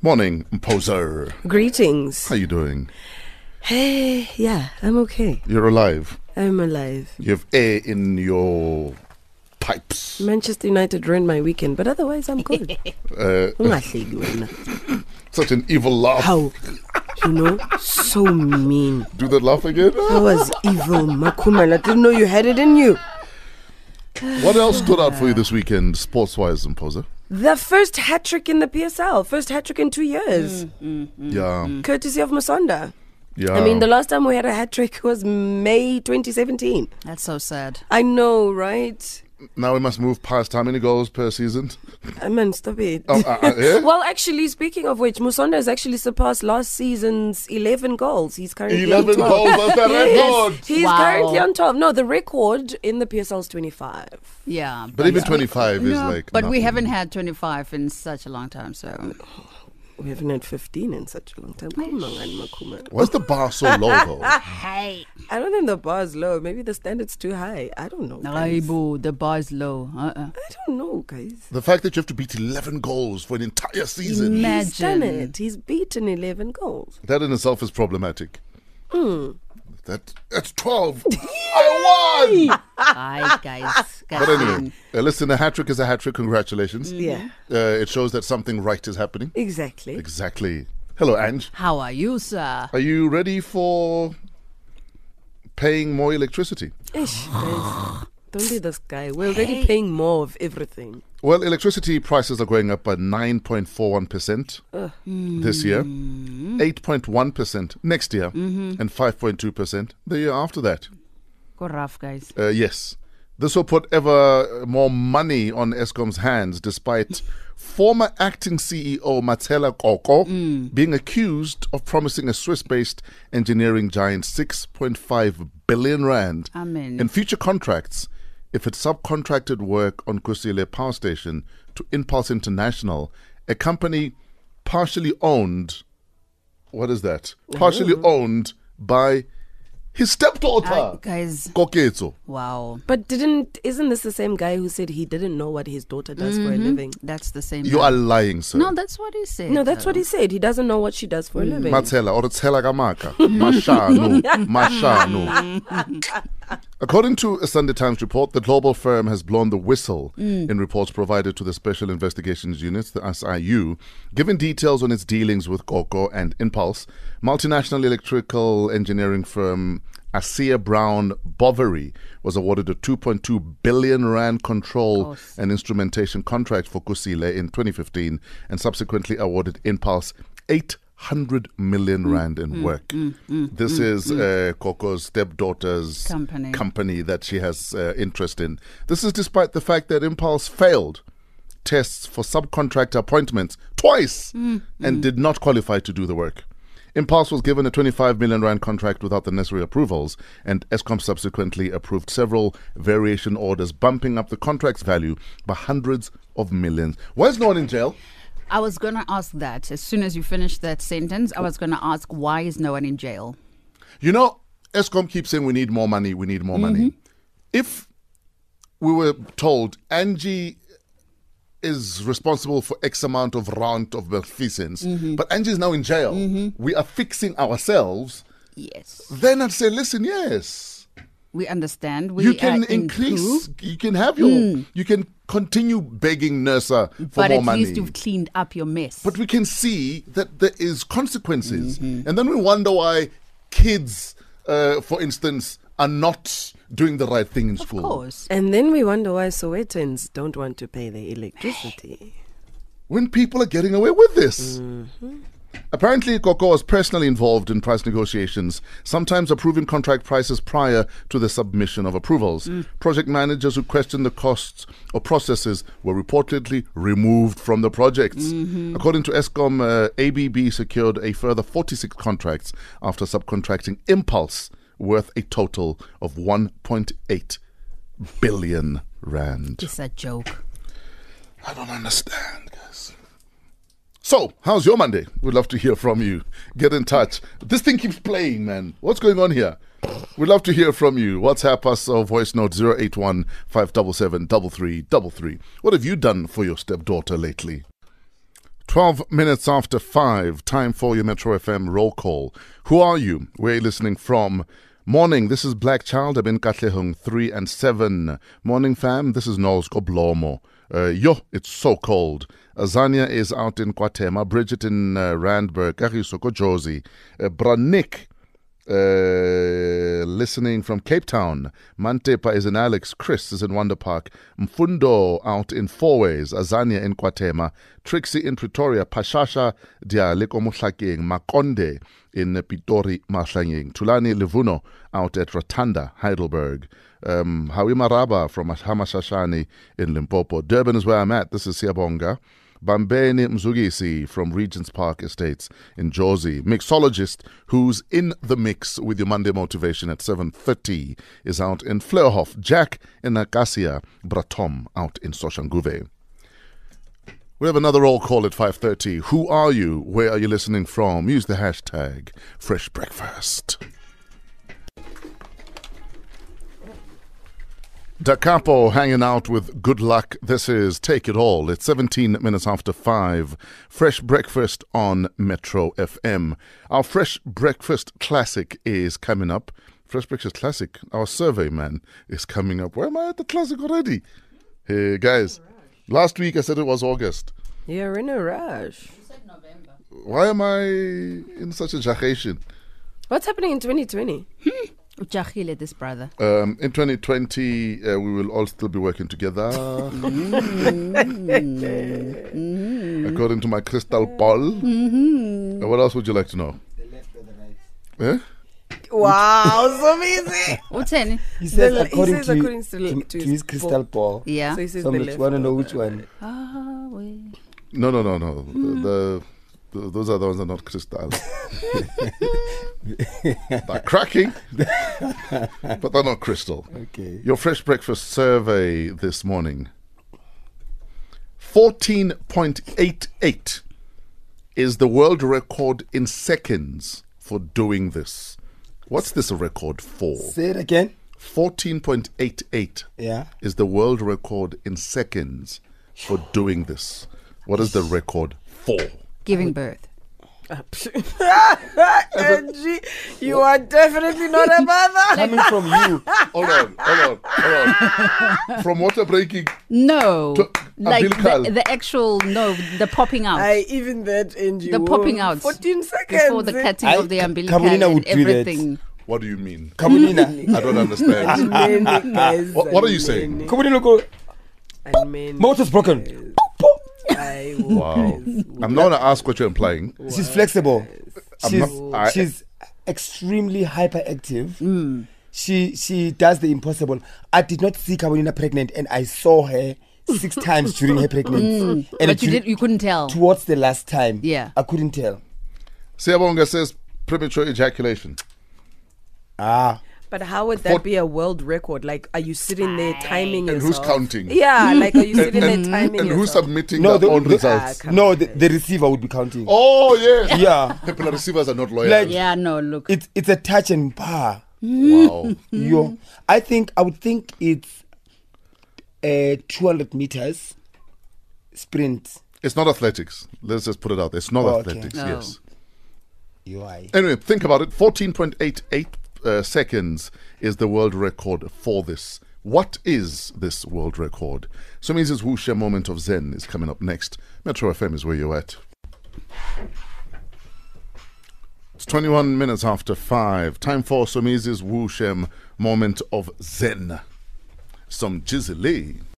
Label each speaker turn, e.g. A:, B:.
A: Morning, poser.
B: Greetings.
A: How you doing?
B: Hey, yeah, I'm okay.
A: You're alive.
B: I'm alive.
A: You have air in your pipes.
B: Manchester United ruined my weekend, but otherwise I'm good.
A: Uh,
B: Ungahleki wena.
A: such an evil laugh.
B: How? You know, so mean.
A: Do that laugh again.
B: That was evil, Makuman. I didn't know you had it in you.
A: What else stood out for you this weekend, sports-wise, poser?
B: The first hat trick in the PSL, first hat trick in two years,
C: Mm.
A: Yeah,
B: courtesy of Masonda.
A: yeah.
B: I mean, the last time we had a hat trick was May 2017.
C: That's so sad.
B: I know, right?
A: now we must move past how many goals per season?
B: I mean, stop it.
A: Oh, uh, uh, yeah?
B: Well, actually, speaking of which, Musonda has actually surpassed last season's 11 goals. He's currently on
A: Eleven
B: 12.
A: goals. That's the
C: Yes.
A: record.
B: He's
C: Wow.
B: currently on 12. No, the record in the PSL is 25.
C: Yeah.
A: But even 25 is
C: Uh, No,
A: like.
C: but we
A: nothing.
C: haven't had 25 in such a long time, so
B: We haven't had 15 in such a long time. Come on, Makuma.
A: Why is the bar so low though?
C: hey,
B: I don't think the bar is low. Maybe the standard's too high. I don't know. Guys.
C: Aibu, the bar is low. Uh-uh.
B: I don't know, guys.
A: the fact that you have to beat 11 goals for an entire season.
C: Imagine.
B: He's done it. He's beaten 11 goals.
A: That in itself is problematic.
C: Hmm.
A: That that's twelve. I won.
C: Hi guys,
A: But anyway,
C: guys.
A: uh, listen. A hat trick is a hat trick. Congratulations.
B: Yeah.
A: Uh, it shows that something right is happening.
B: Exactly.
A: Exactly. Hello, Ange.
C: How are you, sir?
A: Are you ready for paying more electricity?
B: Ish, guys. Don't be this guy. We're already paying more of everything.
A: Well, electricity prices are going up by 9.41% this year, 8.1% next year, and 5.2% the year after that.
C: Go rough, guys.
A: Uh, yes. This will put ever more money on ESCOM's hands, despite former acting CEO Matela Koko being accused of promising a Swiss based engineering giant 6.5 billion rand
C: I mean,
A: in future contracts if it subcontracted work on Kusile Power Station to Impulse International, a company partially owned. What is that? Partially owned by his
C: I,
A: stepdaughter.
C: guys,
A: Koketso.
C: wow,
B: But didn't isn't this the same guy who said he didn't know what his daughter does for a living?
C: that's the same.
A: You
C: guy.
A: are lying, sir.
C: no, that's what he said.
B: No, that's
C: though.
B: what he said. He doesn't know what she does for a living.
A: Matela or Tela Gamaka. Mashanu. Mashanu. According to a Sunday Times report, the global firm has blown the whistle in reports provided to the Special Investigations Unit, the SIU, giving details on its dealings with Coco and Impulse. Multinational electrical engineering firm Asia Brown Bovary was awarded a 2.2 billion rand control and instrumentation contract for Kusile in 2015 and subsequently awarded Impulse 800 million rand in work. this is uh, Coco's stepdaughter's
C: Company.
A: that she has uh, interest in. This is despite the fact that Impulse failed tests for subcontractor appointments twice and did not qualify to do the work. Impulse was given a 25 million rand contract without the necessary approvals, and ESCOM subsequently approved several variation orders, bumping up the contract's value by hundreds of millions. Why is no one in jail?
C: I was gonna ask that as soon as you finished that sentence. I was gonna ask why is no one in jail?
A: You know, ESCOM keeps saying we need more money, we need more
C: Mm-hmm.
A: money. If we were told Angie is responsible for X amount of rant of malfeasance,
C: Mm-hmm.
A: but Angie's now in jail, we are fixing ourselves,
C: Yes,
A: then I'd say, listen, yes.
C: we understand. We
A: you can
C: are
A: increase,
C: improved,
A: you can have your, you can continue begging NERSA for
C: but
A: more
C: at
A: money.
C: least you've cleaned up your mess.
A: But we can see that there is consequences,
C: Mm-hmm.
A: and then we wonder why kids, uh, for instance, are not doing the right thing in
C: of
A: school.
C: course,
B: And then we wonder why Sowetans don't want to pay their electricity.
A: When people are getting away with this. Apparently, Coco was personally involved in price negotiations, sometimes approving contract prices prior to the submission of approvals. Project managers who questioned the costs or processes were reportedly removed from the projects. According to ESCOM, uh, ABB secured a further 46 contracts after subcontracting Impulse, worth a total of 1.8 billion rand.
C: it's a joke.
A: I don't understand, guys. So, how's your Monday? We'd love to hear from you. Get in touch. This thing keeps playing, man. What's going on here? We'd love to hear from you. WhatsApp us or voice note 081 577 3333. What have you done for your stepdaughter lately? 12 minutes after 5, time for your Metro FM roll call. Who are you? Where are you listening from? Morning, this is Black Child. I'm in Katlehung 3 and 7. Morning, fam. This is Knowles Koblomo. Uh, yo, it's so cold. Azania is out in Kwatema. Bridget in uh, Randburg. Karisoko Josie. Uh, Branik uh, listening from Cape Town. Mantepa is in Alex. Chris is in Wonder Park. Mfundo out in Four Ways. Azania in Kwatema. Trixie in Pretoria. Pashasha Dialeko Muhlakeng. Makonde in Pitori Mahlangeng. Tulani Livuno out at Rotunda, Heidelberg. Um, Hawi Maraba from Hamashashani in Limpopo. Durban is where I'm at. This is Siabonga. Bambeni Mzugisi from Regent's Park Estates in Jersey, mixologist who's in the mix with your Monday motivation at 7.30, is out in Fleurhof. Jack in Acacia, Bratom out in Soshanguve. We have another roll call at 5.30. Who are you? Where are you listening from? Use the hashtag Fresh Breakfast. Da Capo hanging out with good luck. This is Take It All. It's 17 minutes after 5. Fresh breakfast on Metro FM. Our Fresh Breakfast Classic is coming up. Fresh Breakfast Classic, our survey man, is coming up. Where am I at the classic already? Hey, guys. Last week I said it was August.
B: You're in a rush.
A: Why am I in such a jacation?
B: What's happening in 2020?
C: Ujahile, this brother.
A: Um, in 2020, uh, we will all still be working together. According to my crystal ball. Uh, what else would you like to know? Eh? The left or the right?
B: Wow, so easy.
C: Utheni?
D: He says,
B: The- he
D: according,
B: says
D: to,
B: according to-
D: to,
B: to
D: to
B: his
D: his crystal ball.
C: Yeah.
B: So he says
D: So
B: the
D: much.
B: left.
D: Want to know which one?
C: Ah, we-
A: No, no, no, no. The, the, those are the ones that are not crystal. they're cracking, but they're not crystal.
D: Okay.
A: Your fresh breakfast survey this morning 14.88 is the world record in seconds for doing this. What's this a record for?
D: Say it again.
A: 14.88
D: Yeah.
A: is the world record in seconds for doing this. What is the record for?
C: Giving birth.
B: Angie, you are definitely not a mother.
D: Coming from you.
A: Hold on, hold on, hold on. From water breaking,
C: No.
A: To-
C: like
A: umbilical.
C: the, the actual, no, the popping out.
B: I even that Angie.
C: The popping
B: whoa,
C: out.
B: 14 seconds.
C: before the cutting
D: I-
C: of the
D: Ka-
C: umbilical
D: Carolina
C: and
D: would do that.
C: everything.
A: what do you mean?
D: Kabulina.
A: I don't understand.
B: Many guys
A: What- what are you
B: and
A: saying?
B: many-
D: Kabulina go,
B: and many
D: motor's broken. Pow, pow.
B: guy who
A: Wow.
B: is-
A: I'm not going to ask what you're implying.
D: She's flexible.
A: I'm
D: She's,
A: not- I-
D: she's extremely hyperactive.
B: Hmm.
D: She she does the impossible. I did not see Carolina pregnant, and I saw her six times during her pregnancy.
B: Hmm.
D: And
C: But you,
D: dur-
C: did, you couldn't tell.
D: Oh. towards the last time.
C: Yeah.
D: I couldn't tell.
A: Siabonga says premature ejaculation.
D: Ah.
B: But how would
A: For-
B: that be a world record? Like, are you sitting there timing
A: And who's
B: yourself?
A: counting?
B: Yeah, like, are you
A: And,
B: sitting there
A: and-
B: timing
A: and who's
B: yourself?
A: submitting
D: No,
A: their
D: the,
A: own
D: the-
A: results?
D: no the, the receiver would be counting.
A: Oh, yes.
D: Yeah.
A: People, the receivers are not lawyers.
D: Like-
C: Yeah, no, look.
D: It's it's a touch and bar.
A: wow.
D: Yo, I think I would think it's uh, 200 meters sprint.
A: It's not athletics. Let's just put it out there. It's not
D: Oh, okay.
A: athletics,
C: No.
A: yes.
D: UI.
A: Anyway, think about it. 14.88 uh, seconds is the world record for this. What is this world record? So means it's Wuxia Moment of Zen is coming up next. Metro FM is where you're at. It's 21 minutes after 5. Time for Somizi's Wu Shem moment of Zen. Some jizzily.